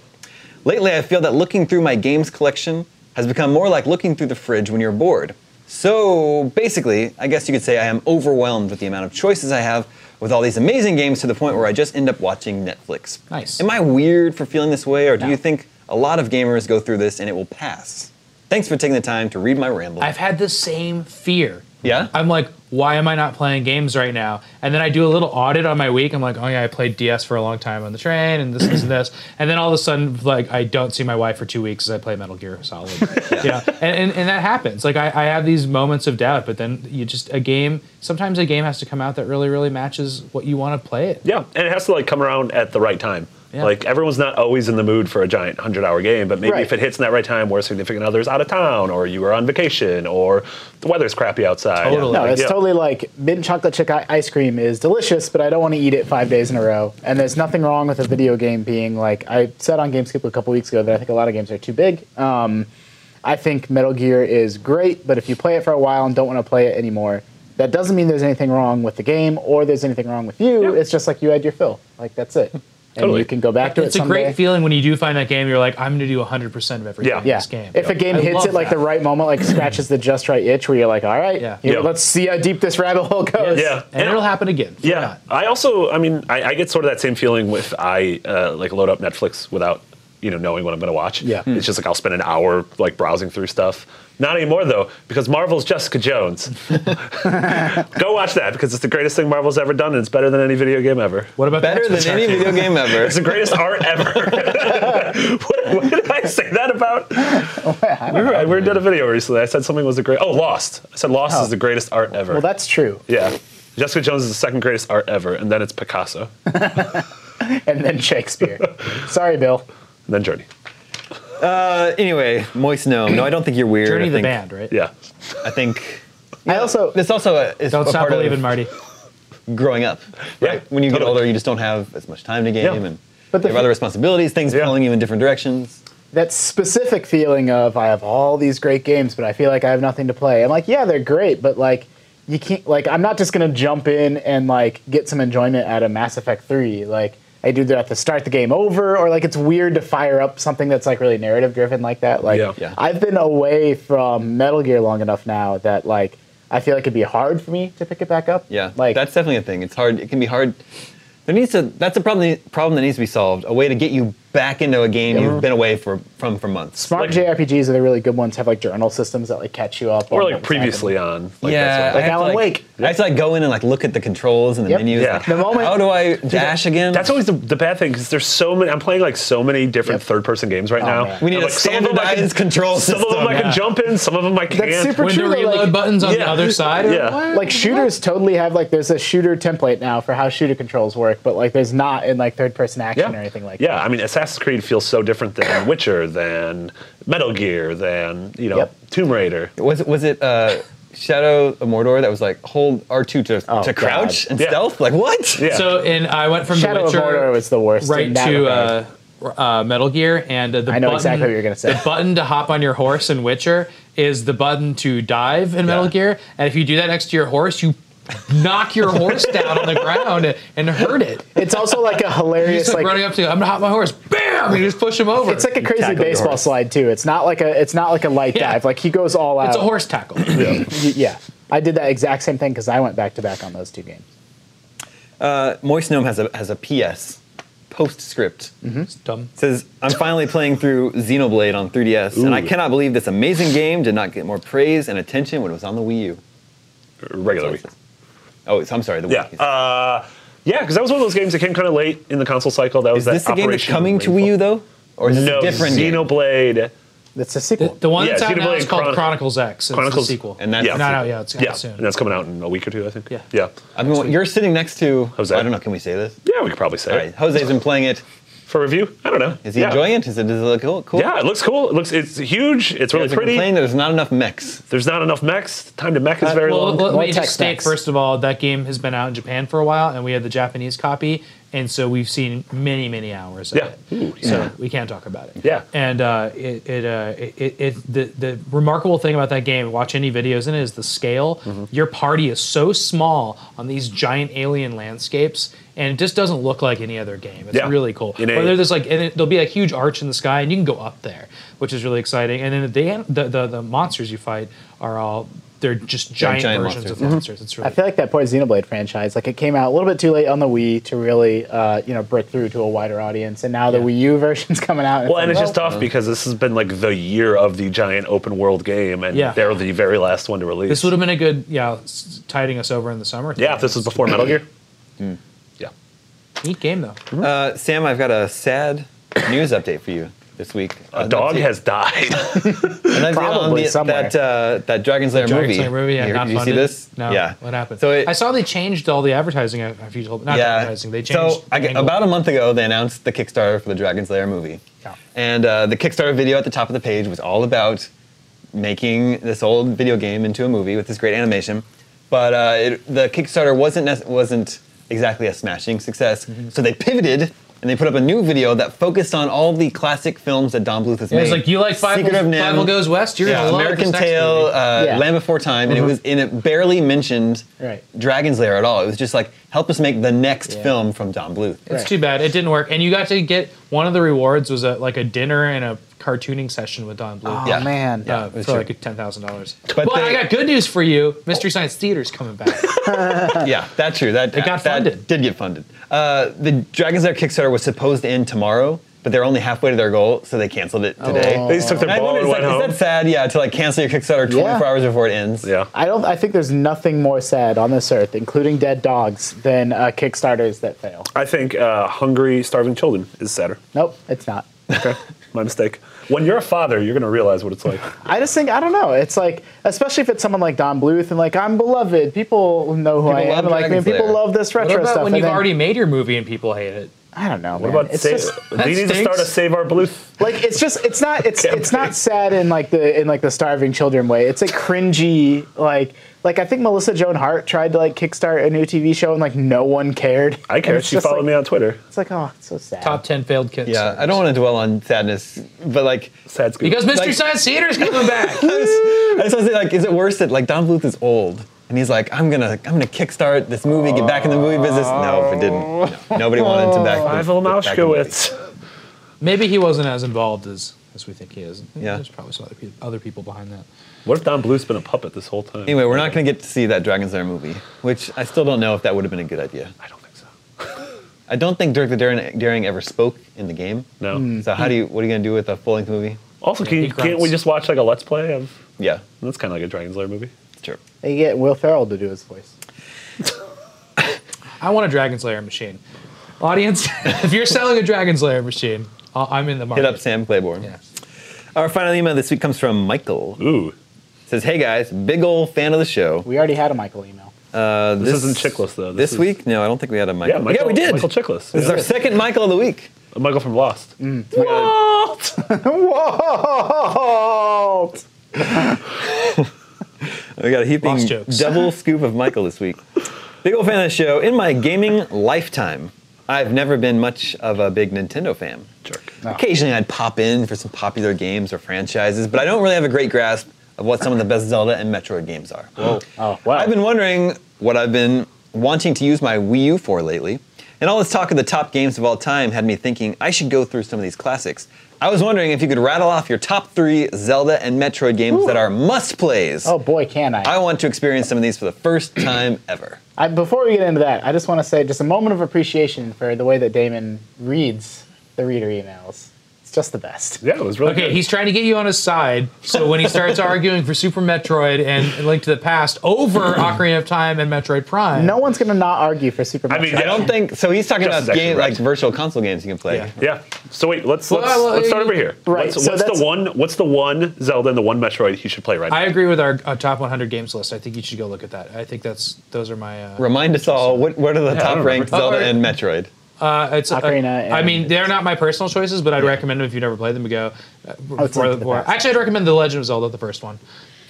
Lately, I feel that looking through my games collection has become more like looking through the fridge when you're bored. So basically, I guess you could say I am overwhelmed with the amount of choices I have with all these amazing games to the point where I just end up watching Netflix. Nice. Am I weird for feeling this way, or do No. you think a lot of gamers go through this and it will pass? Thanks for taking the time to read my ramble. I've had the same fear. Yeah? I'm like, why am I not playing games right now? And then I do a little audit on my week. I'm like, oh yeah, I played DS for a long time on the train and this, this, and this. And then all of a sudden, like, I don't see my wife for two weeks as I play Metal Gear Solid. You know? and, and, and that happens. Like, I, I have these moments of doubt, but then you just, a game, sometimes a game has to come out that really, really matches what you want to play it. Yeah, and it has to like come around at the right time. Yeah. Like everyone's not always in the mood for a giant hundred-hour game, but maybe Right. if it hits in that right time, where a significant other's out of town, or you were on vacation, or the weather's crappy outside. Totally. No, Like, it's yeah. totally like mint chocolate chip i- ice cream is delicious, but I don't want to eat it five days in a row. And there's nothing wrong with a video game being like I said on GameScoop a couple weeks ago that I think a lot of games are too big. Um, I think Metal Gear is great, but if you play it for a while and don't want to play it anymore, that doesn't mean there's anything wrong with the game or there's anything wrong with you. Yeah. It's just like you had your fill. Like that's it. And Totally. you can go back to It's it. a great someday. feeling when you do find that game. You're like, I'm going to do 100% of everything Yeah. in Yeah. this game. If a game I hits love it like that. the right moment, like scratches the just right itch, where you're like, all right, Yeah. you know, Yeah. let's see how deep this rabbit hole goes. Yeah. And, it'll happen again. Fear Yeah, not. I also, I mean, I, I get sort of that same feeling with I uh, like load up Netflix without you know knowing what I'm going to watch. Yeah. Hmm. it's just like I'll spend an hour like browsing through stuff. Not anymore though, because Marvel's Jessica Jones. Go watch that because it's the greatest thing Marvel's ever done, and it's better than any video game ever. What about Better that? than any video game ever. It's the greatest art ever. what, what did I say that about? We, were, we did a video recently. I said something was the great. Oh, Lost. I said Lost is the greatest art ever. Oh. Well, that's true. yeah. Jessica Jones is the second greatest art ever, and then it's Picasso, and and then Shakespeare. Sorry, Bill. then Journey. Uh, anyway, Moist Gnome. No, I don't think you're weird. Journey I the think, band, right? Yeah. I think I also this also uh, is Don't a stop part believing, of Marty. growing up. Right. When you get Totally. older, you just don't have as much time to game, Yeah. and But the you have other thing- responsibilities, things Yeah. pulling you in different directions. that specific feeling of I have all these great games, but I feel like I have nothing to play. I'm like, yeah, they're great, but like you can't like I'm not just gonna jump in and like get some enjoyment out of Mass Effect 3. Like I do that to start the game over, or like it's weird to fire up something that's like really narrative driven like that. Like Yeah. Yeah. I've been away from Metal Gear long enough now that like I feel like it'd be hard for me to pick it back up. Yeah, Like that's definitely a thing. It's hard. It can be hard. There needs to. That's a problem. Problem that needs to be solved. A way to get you back into a game you've been away for, from for months. Smart JRPGs are the really good ones. Have like journal systems that like catch you up. Or on like what's previously happening. on. Like yeah, That's, Like I have to, Alan Wake. I have to like go in and like look at the controls and the Yep. menus. Yeah. Like, The moment- How do I dash again? that's always the, the bad thing because there's so many. I'm playing like so many different Yep. Oh, third-person games right now. man. we need I'm a like, some of them I can- standardized control Some system. of them I yeah. can jump in. Some of them I can't. super When true, the though, reload like- buttons on the Yeah. other side. Yeah. Like shooters totally have like there's a shooter template now for how shooter controls work, but like there's not in like third person action or anything like yeah, I mean, Assassin's Creed feels so different than Witcher, than Metal Gear, than you know Yep. Tomb Raider. was it was it uh, Shadow of Mordor that was like hold R two to, Oh, to God. crouch and Yeah. stealth? Like what? Yeah. So, and I went from that. Shadow the of Witcher Mordor was the worst. in right that to regard. uh, uh, Metal Gear, and uh, the I know button, exactly what you're gonna say. The button to hop on your horse in Witcher is the button to dive in Metal Yeah. Gear, and if you do that next to your horse, you knock your horse down on the ground and hurt it. it's also like a He's hilarious like, like running up to, you, I'm gonna hop my horse, bam, and you just push him over. it's like a crazy tackle your baseball horse. slide too. It's not like a it's not like a light Yeah. dive. Like he goes all out. It's a horse tackle. Y- Yeah, I did that exact same thing because I went back to back on those two games. Moist Gnome has a has a PS postscript. It's dumb. says, I'm finally playing through Xenoblade on 3DS, and I Ooh. cannot believe this amazing game did not get more praise and attention when it was on the Wii U. Regular week. Oh, it's- I'm sorry, the Wii. Yeah, uh, yeah, because that was one of those games that came kind of late in the console cycle. That was is this that the game that's Operation coming to Wii U, though? Or is this No, a different game? Xenoblade. It's a The, sequel. the one Yeah, that's out now Xenoblade is called Chron- Chronicles X. It's Chronicles- the sequel. And that's- not out yet. It's out yeah, soon. and that's coming out in a week or two, I think. Yeah. yeah, I mean, you're sitting next to. Oh, Jose. I don't know, can we say this? yeah. We could probably say. All it. right, Jose's been playing it for review. I don't know. Is he yeah. enjoying it? Is it, does it look cool? cool? Yeah, it looks cool. It looks it's huge. It's really Is it pretty. complaining that there's not enough mechs? There's not enough mechs. Time to mech is very Well, long. let More me tech just state stacks. first of all that game has been out in Japan for a while, and we had the Japanese copy, and so we've seen many, many hours. Of Yeah. it. Ooh, so yeah. we can't talk about it. Yeah. and uh, it, it, uh, it, it, it the the remarkable thing about that game, watch any videos in it, is the scale. Mm-hmm. Your party is so small on these giant alien landscapes. And it just doesn't look like any other game. It's Yeah. really cool. In a- Whether there's like, and it, there'll be a huge arch in the sky, and you can go up there, which is really exciting. And then the an- the the, the monsters you fight are all they're just giant, giant versions monsters. Mm-hmm. of monsters. It's really I feel like that poor Xenoblade franchise, like it came out a little bit too late on the Wii to really, uh, you know, break through to a wider audience, and now the Wii U version's coming out. Well, and it's just tough because this has been like the year of the giant open world game, and Yeah. they're the very last one to release. this would have been a good yeah s- tiding us over in the summer. yeah, if this was before Metal Gear. Yeah. neat game though. Mm-hmm. Uh, Sam, I've got a sad news update for you this week. A dog has died. And I've seen on Probably the- somewhere. That, uh, that Dragon's Lair Dragon's movie. Lair movie, yeah, you, not you see funded. this? No, Yeah. what happened? So it, I saw they changed all the advertising after you told me. Not yeah. advertising, they changed. So I g- the angle. about a month ago, they announced the Kickstarter for the Dragon's Lair movie. Yeah. And uh, the Kickstarter video at the top of the page was all about making this old video game into a movie with this great animation. But uh, it, the Kickstarter wasn't nec- wasn't exactly a smashing success, Mm-hmm. so they pivoted. And they put up a new video that focused on all the classic films that Don Bluth has made. it's like you like Five Secret of Nim, Bible Goes West. You're yeah, gonna love American this next Tail, movie. uh, Yeah. Land Before Time, and it was and it barely mentioned Right. Dragon's Lair at all. It was just like help us make the next Yeah. film from Don Bluth. It's too bad. It didn't work. And you got to get one of the rewards was a like a dinner and a cartooning session with Don Blue. oh yeah. man, Uh, was for true. like ten thousand dollars. Ah, But But well, they- I got good news for you. Mystery Science Theater's coming back. yeah, that's true. That It got that funded. Did get funded. Uh, the Dragon's Lair Kickstarter was supposed to end tomorrow, but they're only halfway to their goal, so they canceled it today. Oh. They just took their And I ball wonder, and is, that, went is home. that sad? Yeah, to like cancel your Kickstarter 24 Yeah. hours before it ends. Yeah. I don't. I think there's nothing more sad on this earth, including dead dogs, than uh, Kickstarters that fail. I think uh, hungry, starving children is sadder. Nope, it's not. Okay, my mistake. When you're a father, you're gonna realize what it's like. I just think I don't know. It's like, especially if it's someone like Don Bluth, and like I'm beloved. People know who I People am. love and, Like me, Dragon's and people Lair. love this what retro about stuff. when and you've then- already made your movie and people hate it? I don't know. What about it's say, just, do you need to stinks. start a Save Our Bluth? like it's just it's not it's it's Campaign. not sad in like the in like the starving children way. It's a cringy like like I think Melissa Joan Hart tried to like kickstart a new TV show and like no one cared. I care. She followed me on Twitter. It's like oh, it's so sad. Top ten failed kids. Yeah, I don't want to dwell on sadness, but like, Sad scoop. Because Mystery Like- Science Theater's coming back. I just, I just wanna say, like, is it worse that like Don Bluth is old and he's like, I'm gonna, I'm gonna kickstart this movie, get back in the movie business? No, it didn't. No, nobody wanted to back. the- Pavel back in the movie. Mauschkowitz. Maybe he wasn't as involved as as we think he is. Yeah. there's probably some other people, other people behind that. What if Don Bluth's been a puppet this whole time? Anyway, we're not going to get to see that Dragon's Lair movie, which I still don't know if that would have been a good idea. I don't think so. I don't think Dirk the Daring, Daring ever spoke in the game. No. So how do you? What are you going to do with a full-length movie? Also, can he you, can't grunts. we just watch like a Let's Play of? Yeah, That's kind of like a Dragon's Lair movie. sure. They get Will Ferrell to do his voice. I want a Dragon Slayer machine. Audience, if you're selling a Dragon Slayer machine, I- I'm in the market. Hit up Sam Claiborne. Yeah. Our final email this week comes from Michael. Ooh, says, "Hey guys, big old fan of the show. We already had a Michael email. Uh, This isn't Chickless, though. This, This is- week? No, I don't think we had a Michael. yeah, Michael, yeah, we did. Michael Chiklis. This is our second Michael of the week. Michael from Lost. Mm. We got- Walt. We got a heaping Lost jokes. double scoop of Michael this week. Big old fan of the show. In my gaming lifetime, I've never been much of a big Nintendo fan. Jerk. Occasionally, I'd pop in for some popular games or franchises, but I don't really have a great grasp of what some of the best Zelda and Metroid games are. Oh wow. I've been wondering what I've been wanting to use my Wii U for lately, and all this talk of the top games of all time had me thinking I should go through some of these classics. I was wondering if you could rattle off your top three Zelda and Metroid games that are must plays. oh boy, can I want to experience some of these for the first time ever. I, before we get into that, I just want to say just a moment of appreciation for the way that Damon reads the reader emails. It's just the best. Yeah, it was really Okay, good. he's trying to get you on his side. So when he starts arguing for Super Metroid and Link to the Past over Ocarina of Time and Metroid Prime, No one's gonna not argue for Super. I mean, Metroid. I don't think so. He's talking Just about is actually game, right. like virtual console games you can play. Yeah. Yeah. So wait, let's Well, let's, well, let's start you- over here. Right, What's, so what's that's- the one? What's the one Zelda and the one Metroid he should play right now? I agree with our, our top 100 games list. I think you should go look at that. I think that's those are my. Uh, Remind us all what, what are the top ranked remember. Zelda Oh, and Metroid? Uh, it's uh, Ocarina I and- mean, they're not my personal choices, but I'd recommend them if you've never played them. To go uh, it's before Link to the the war. Past. Actually, I'd recommend The Legend of Zelda, the first one,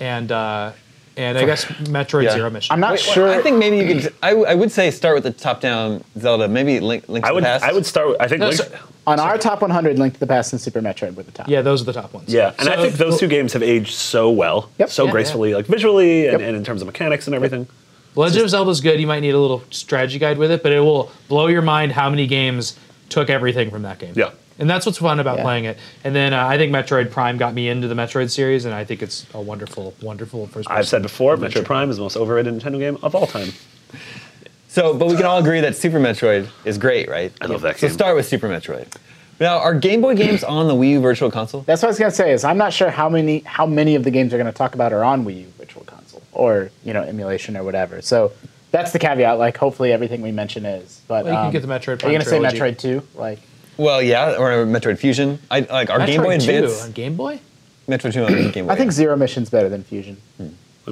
and uh, and I guess Metroid Yeah. Zero Mission. I'm not Wait, sure. I think maybe you could. I, w- I would say start with the top-down Zelda. Maybe Link, Link's I would the Past. I would start. With, I think. No, Link- so- on our top 100, Link to the Past and Super Metroid were the top. yeah, those are the top ones. yeah, and I So- think those two games have aged so well, Yep. so Yeah, gracefully, like visually and, Yep. and in terms of mechanics and everything. Legend of Zelda's good. You might need a little strategy guide with it, but it will blow your mind how many games took everything from that game. Yeah. And that's what's fun about Yeah. playing it. And then uh, I think Metroid Prime got me into the Metroid series, and I think it's a wonderful, wonderful first. I've said before, Metroid Prime is the most overrated Nintendo game of all time. Oh, So, but we can all agree that Super Metroid is great, right? I love that so game. start with Super Metroid. Now, are Game Boy games on the Wii U Virtual Console? That's what I was gonna say. Is I'm not sure how many how many of the games we're gonna talk about are on Wii U Virtual Console or you know emulation or whatever. So that's the caveat. Like hopefully everything we mention is. But Well, you can um, get the Metroid Are Prime you gonna say trilogy. Metroid Two? Like Well, yeah, or Metroid Fusion. I like our Metroid Game Boy 2 Advance. on Game Boy. Metroid Two on Game Boy. I think Zero Mission's better than Fusion.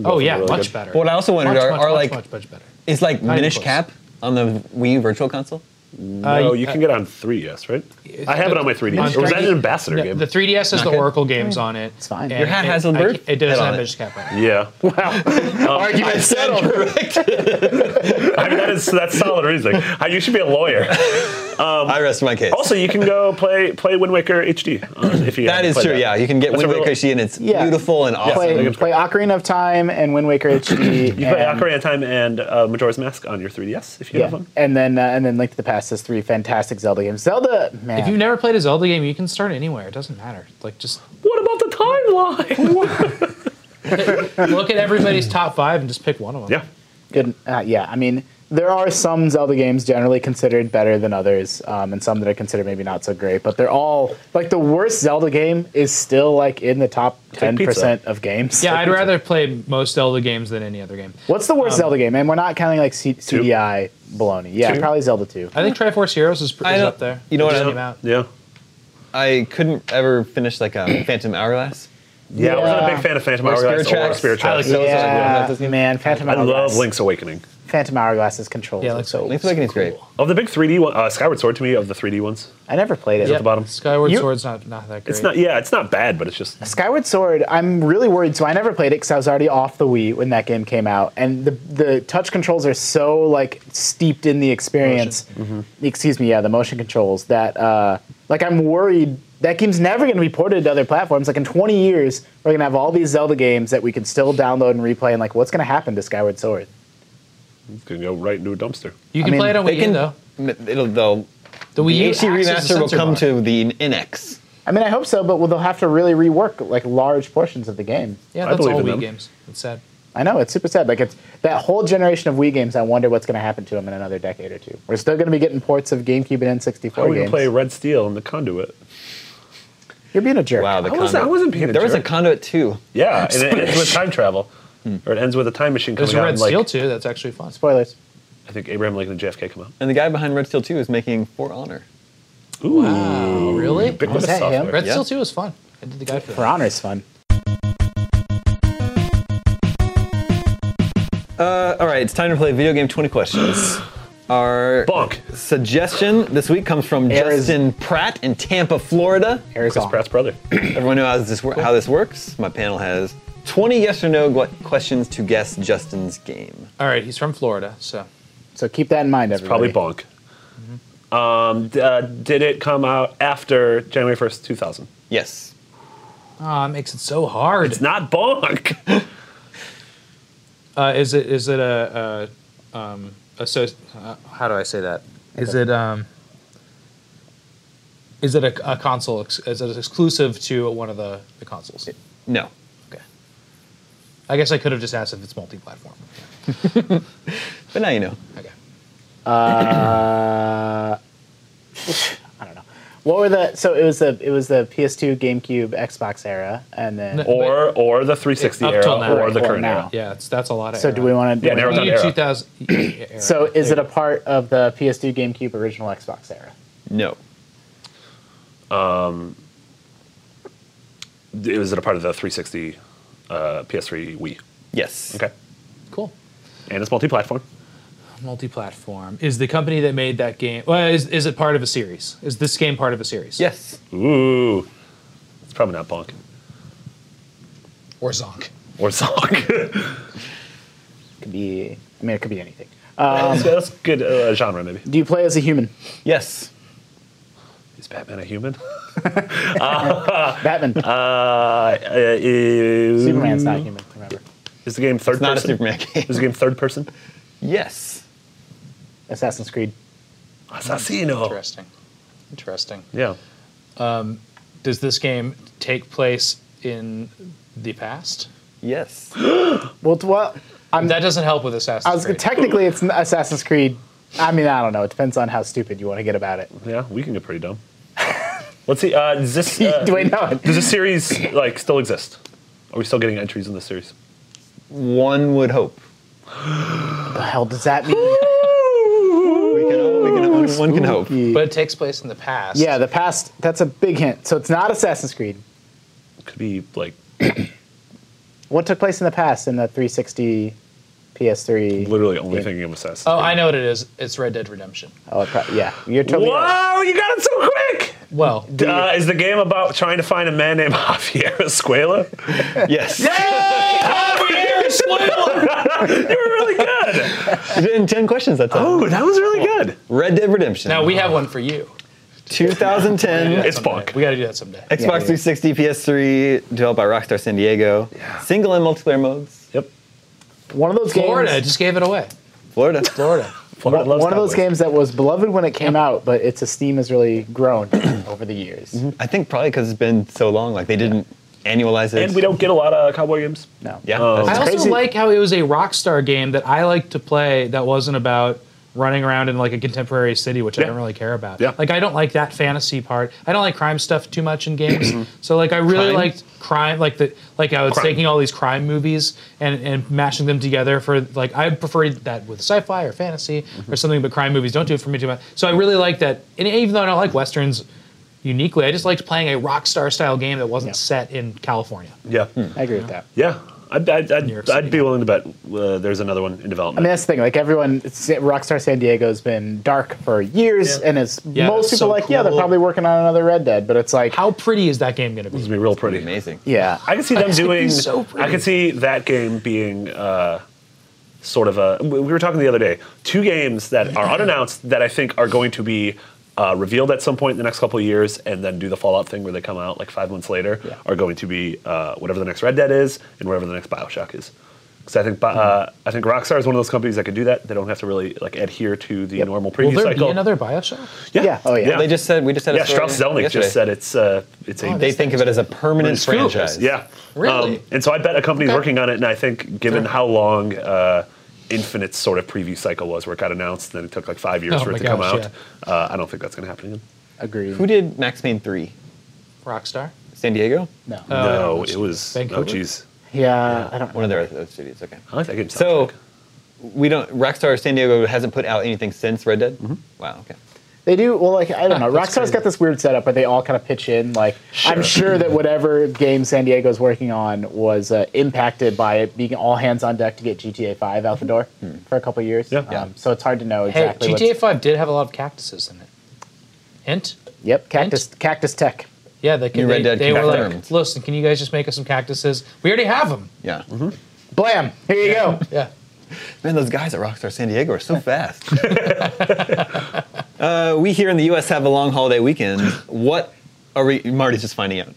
Oh yeah, really much good. better. But what I also wondered much, are- much, are much, like- much, much better. is like Not even Minish close. Cap on the Wii U Virtual Console. No, Uh, you can get it on 3DS, right? I have it on my 3DS. on Or was that 3D an Ambassador No, game? The 3DS has the good. Mm. Oracle games on it. It's fine. Your hat has a bird It head doesn't on have it. Minish Cap on it. yeah. Argument settled. I mean, that is, that's solid reasoning. Uh, You should be a lawyer. I rest my case. Also, you can go play play Wind Waker HD uh, if you that haven't is played true. Yeah, you can get That's Wind a real- Waker HD, and it's Yeah. beautiful and awesome. play game's play Ocarina of Time and Wind Waker HD. You play Ocarina of Time and uh, Majora's Mask on your 3DS if you have Yeah, one. and then uh, and then Link to the Past has three fantastic Zelda games. Zelda, man. If you've never played a Zelda game, you can start anywhere. It doesn't matter. Like just What about the timeline? look at everybody's top five and just pick one of them. yeah. Good. Uh, yeah, I mean, there are some Zelda games generally considered better than others, um, and some that are considered maybe not so great. But they're all like the worst Zelda game is still like in the top ten percent of games. Yeah, Like, I'd rather play most Zelda games than any other game. What's the worst Zelda game? And we're not counting like C- CDI baloney. Yeah, probably Zelda Two. I think Triforce Heroes is, I is don't- up there. you know It what just I came out. Yeah. I couldn't ever finish like um, Phantom Hourglass. Yeah, I wasn't a big fan of Phantom Or Hourglass Spirit or Tracks. Spirit I like Tracks. those. yeah, Zelda doesn't- man, Phantom I Hourglass. love Link's Awakening. Phantom Hourglass's controls. Yeah, are Link's so Link's Awakening is great. Of the big 3D one, uh, Skyward Sword to me, of the 3D ones. I never played it. Yep. the bottom. Skyward You- Sword's not, not that great. It's not, yeah, it's not bad, but it's just. Skyward Sword, I'm really worried. So I never played it because I was already off the Wii when that game came out, and the the touch controls are so like steeped in the experience. Excuse me, yeah, the motion controls that uh, like I'm worried that game's never going to be ported to other platforms. Like in 20 years, we're going to have all these Zelda games that we can still download and replay, and like what's going to happen to Skyward Sword? It's going to go right into a dumpster. You I can mean, play it on They Wii U can. though. m- It'll though. The Wii The U HD acts as a remaster will sensor come bar. to the NX. I mean, I hope so, but well, they'll have to really rework like large portions of the game. Yeah, I that's believe all in Wii them. games. It's sad. I know it's super sad. Like it's that whole generation of Wii games. I wonder what's going to happen to them in another decade or two. We're still going to be getting ports of GameCube and N64 How are we going games. to play Red Steel and the Conduit? You're being a jerk. Wow, the I wasn't- I conduit. wasn't being a There was a Hmm. jerk. conduit too. Yeah, and it ends with time travel. Or it ends with a time machine coming There's out. Red and, like, Steel too. That's actually fun. Spoilers. I think Abraham Lincoln and JFK come out. And the guy behind Red Steel 2 is making For Honor. Ooh, Oh, really? ubiquitous Was that him? software. Red Yeah. Steel 2 is fun. I did the guide for For that. honor's fun. Uh, all right, it's time to play video game 20 questions. Our Bonk. suggestion this week comes from Arizona. Justin Pratt in Tampa, Florida. Here's Chris all. Pratt's brother. Everyone knows how this, wor- how this works. My panel has 20 yes or no gu- questions to guess Justin's game. All right, he's from Florida, so So keep that in mind, Probably everybody. Bonk. Um, d- uh, did it come out after January 1st, 2000? Yes. Ah, it makes it so hard. It's not Bonk. Uh, is it is it a, a um a so uh, how do I say that? Is it um is it a, a console? Ex- is it exclusive to one of the, the consoles? No. Okay. I guess I could have just asked if it's multi-platform. But now you know. Okay. Uh, I don't know. What were the? So it was the it was the PS2, GameCube, Xbox era, and then. No. or or the 360 Up era, till now. or the Or current now. era. Yeah, it's, that's a lot of. So do we want to? Yeah, narrow it down to? era. 2000. era. So is it a part of the PS2, GameCube, original Xbox era? No. It was it a part of the 360, uh, PS3, Wii? Yes. Okay, cool? and it's multi-platform. multi-platform is the company that made that game. Well, is, is it part of a series? Is this game part of a series? Yes. Ooh, it's probably not Bonk Or Zonk. or Zonk. Could be. I mean, it could be anything. that's, that's good uh, genre maybe. Do you play as a human? Yes. Is Batman a human? Batman. Uh, is, Superman's not human. Remember, Is the game third It's not a person? Superman game. Is the game third person? Yes. Assassin's Creed. Assassino. Interesting. Interesting. Yeah. Does this game take place in the past? Yes. Well, t- well, I'm. That doesn't help with Assassin's I was Creed. technically it's n- Assassin's Creed. I mean, I don't know. It depends on how stupid you want to get about it. Yeah, we can get pretty dumb. Let's see. Uh, does this uh, Do I know it? does this series like still exist? Are we still getting entries in the series? One would hope. The hell does that mean? We can, we can, one can hope. but it takes place in the past. yeah, the past. That's a big hint. So it's not Assassin's Creed. Could be like What took place in the past in the 360, PS3? literally only Yeah. thinking of Assassin's. oh, Creed. I know what it is. It's Red Dead Redemption. Oh, it prob- yeah. You're totally. right. Wow, you got it so quick! Well, Uh, is the game about trying to find a man named Javier Escuela? Yes. Javier Escuela! you were really good. You did it in 10 questions that time. Oh, that was really good. Red Dead Redemption. now we have one for you. 2010. It's Someday. Bonk. We got to do that someday. Xbox 360, PS3, developed by Rockstar San Diego. Single and multiplayer modes. Yep. One of those games. Florida just gave it away. Florida. Florida. Florida One loves of those Cowboys. games that was beloved when it came out, but its esteem has really grown over the years. I think probably because it's been so long, like they didn't annualize it. And we don't get a lot of cowboy games. No. Yeah. Oh. I that's- also crazy. like how it was a Rockstar game that I liked to play that wasn't about running around in like a contemporary city, which I Yeah. don't really care about. Yeah. Like I don't like that fantasy part. I don't like crime stuff too much in games. so like I really Crime? liked crime, like the like how it's Crime. taking all these crime movies and and mashing them together for like I prefer that with sci-fi or fantasy or something, but crime movies don't do it for me too much. So I really like that, and even though I don't like westerns. Uniquely, I just liked playing a Rockstar style game that wasn't Yeah. set in California. Yeah. I agree with that. Yeah. I'd, I'd, I'd, York City. I'd be willing to bet uh, there's another one in I mean, development. that's the thing. Like everyone, it's- Rockstar San Diego's been dark for years, Yeah. and it's Yeah, most it's people so like, yeah, they're cool. probably working on another Red Dead, but it's like, How pretty is that game going to be? It's going to be real pretty. Amazing. yeah, I can see them doing. so I pretty. can see that game being uh, sort of a. We we were talking the other day. Two games that are unannounced that I think are going to be uh, revealed at some point in the next couple of years, and then do the Fallout thing where they come out like five months later. Are going to be uh, whatever the next Red Dead is, and whatever the next Bioshock is. Because I think Mm-hmm. Bi- uh, I think Rockstar is one of those companies that can do that. They don't have to really like adhere to the normal preview Will there cycle. be another Bioshock? Yeah. Oh, yeah. They just said we just had yeah, a story Strauss Zelnick yesterday. just said it's uh, it's a Oh, they think of it as a permanent Screw it. franchise. Yeah. Um, Really? and so I bet a company's Okay. working on it, and I think given Sure. how long uh, Infinite's sort of preview cycle was, where it got announced, and then it took like five years Oh for my it to come out, gosh, uh, I don't think that's going to happen again. Oh, agreed. Who did Max Payne 3? Rockstar? San Diego? no. Uh, no, it was. Vancouver? Oh, jeez. yeah, I don't. One of their other studios, okay. I like that game. So, soundtrack. we don't. Rockstar San Diego hasn't put out anything since Red Dead. Wow. Okay. They do well. Like I don't know. That's Rockstar's crazy. got this weird setup where they all kind of pitch in. Like I'm sure that whatever game San Diego's working on was uh, impacted by it being all hands on deck to get GTA 5 out the door for a couple of years. Yeah. Um, Yeah. So it's hard to know Hmm. Hey, exactly. GTA what's- 5 did have a lot of cactuses in it. Hint? Yep. Cactus. Cactus Tech. Yeah, they, New they, Red Dead they were confirmed. like, listen, can you guys just make us some cactuses? We already have them. Yeah. Blam! Here you go. Yeah. Man, those guys at Rockstar San Diego are so fast. uh, we here in the U.S. have a long holiday weekend. What are we? Marty's just finding out.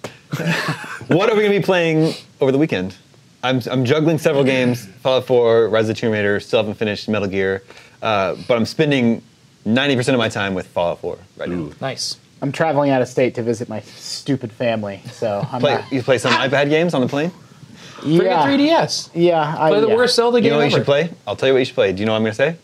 what are we gonna be playing over the weekend? I'm, I'm juggling several games: Fallout 4, Rise of the Tomb Raider. Still haven't finished Metal Gear, uh, but I'm spending 90% of my time with Fallout 4 right now. Nice. I'm traveling out of state to visit my stupid family, so I'm Play, not. you play some iPad games on the plane? Bring yeah, a 3DS. Yeah, I, Play the yeah. worst Zelda You game know what you ever. should play? I'll tell you what you should play. Do you know what I'm gonna say?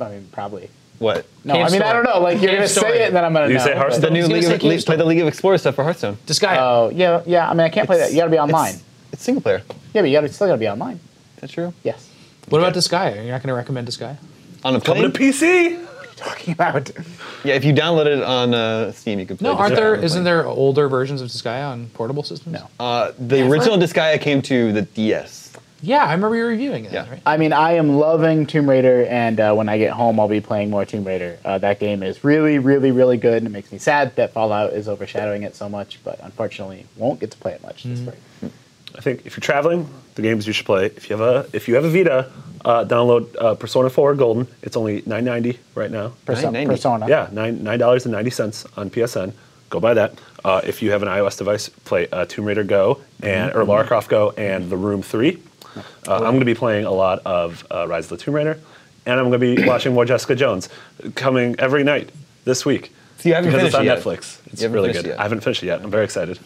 I mean, probably. What? No, Cave I mean, I Story. don't know. Like you're Cave gonna Story. say it, and then I'm gonna You know. say but- The Hearthstone? new gonna League say of, Cave League, play Story. the League of Explorers stuff for Hearthstone. Disgaea. Oh yeah, yeah. I mean, I can't play that. You got to be online. It's, it's single player. Yeah, but you got to still got to be online. Is that true? Yes. what about Disgaea? You're not going to recommend Disgaea? On a Coming plane? to PC? Talking about yeah, if you download it on uh, Steam, you could play. No, aren't Disgaea there, on a isn't plane. there older versions of Disgaea on portable systems? No. Uh, the original Disgaea came to the DS. Yeah, I remember you reviewing it. Yeah. Right? I mean, I am loving Tomb Raider, and uh, when I get home, I'll be playing more Tomb Raider. Uh, that game is really, really, really good, and it makes me sad that Fallout is overshadowing it so much. But unfortunately, won't get to play it much this Mm-hmm. break. I think if you're traveling, the games you should play. If you have a if you have a Vita, uh, download uh, Persona 4 Golden. It's only 9.90 right now. Persona. 990. Persona. Yeah, nine nine dollars and ninety cents on PSN. Go buy that. Uh, if you have an iOS device, play uh, Tomb Raider Go and Mm-hmm. or Lara Croft Go and The Room Three. Uh, I'm going to be playing a lot of uh, Rise of the Tomb Raider, and I'm going to be watching more Jessica Jones, coming every night this week. So you haven't because it's on finished yet. Netflix. It's You haven't really finished good. yet. I haven't finished it yet. I'm very excited.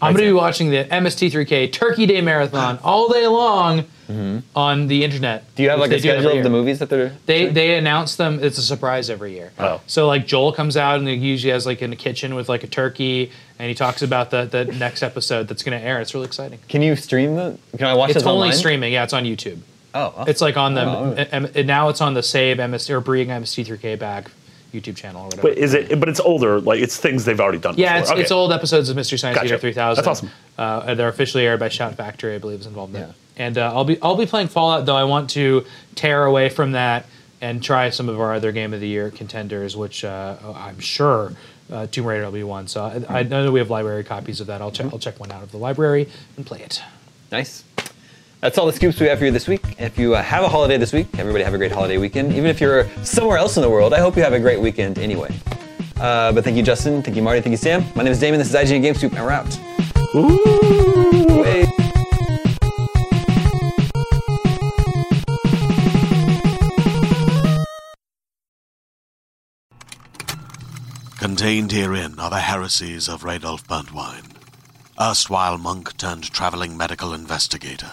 I'm going to be watching the MST3K Turkey Day Marathon all day long on the internet. Mm-hmm. Do you have which like a they every schedule of year. the movies that they're? They they announce them. It's a surprise every year. Oh. So like Joel comes out and he usually has like in the kitchen with like a turkey and he talks about the the next episode that's going to air. It's really exciting. Can you stream the? Can I watch It's this only online? streaming. Yeah, it's on YouTube. Oh, awesome. It's like on the Oh, okay. M- M- now it's on the Save MST or Bring MST3K back YouTube channel or whatever. but is it? But it's older. Like it's things they've already done. Yeah, before. it's, Okay. it's old episodes of Mystery Science Gotcha. Theater 3000. That's awesome. Uh, and they're officially aired by Shout Factory, I believe, is involved in it. And uh, I'll be I'll be playing Fallout though. I want to tear away from that and try some of our other Game of the Year contenders, which uh, I'm sure uh, Tomb Raider will be one. So I, I know that we have library copies of that. I'll check I'll check one out of the library and play it. Nice. That's all the scoops we have for you this week. If you uh, have a holiday this week, everybody have a great holiday weekend. Even if you're somewhere else in the world, I hope you have a great weekend anyway. Uh, but thank you, Justin. Thank you, Marty. Thank you, Sam. My name is Damon. This is IGN Game Scoop, and we're out. Hey. Contained herein are the heresies of Radolf Burntwine, erstwhile monk turned traveling medical investigator.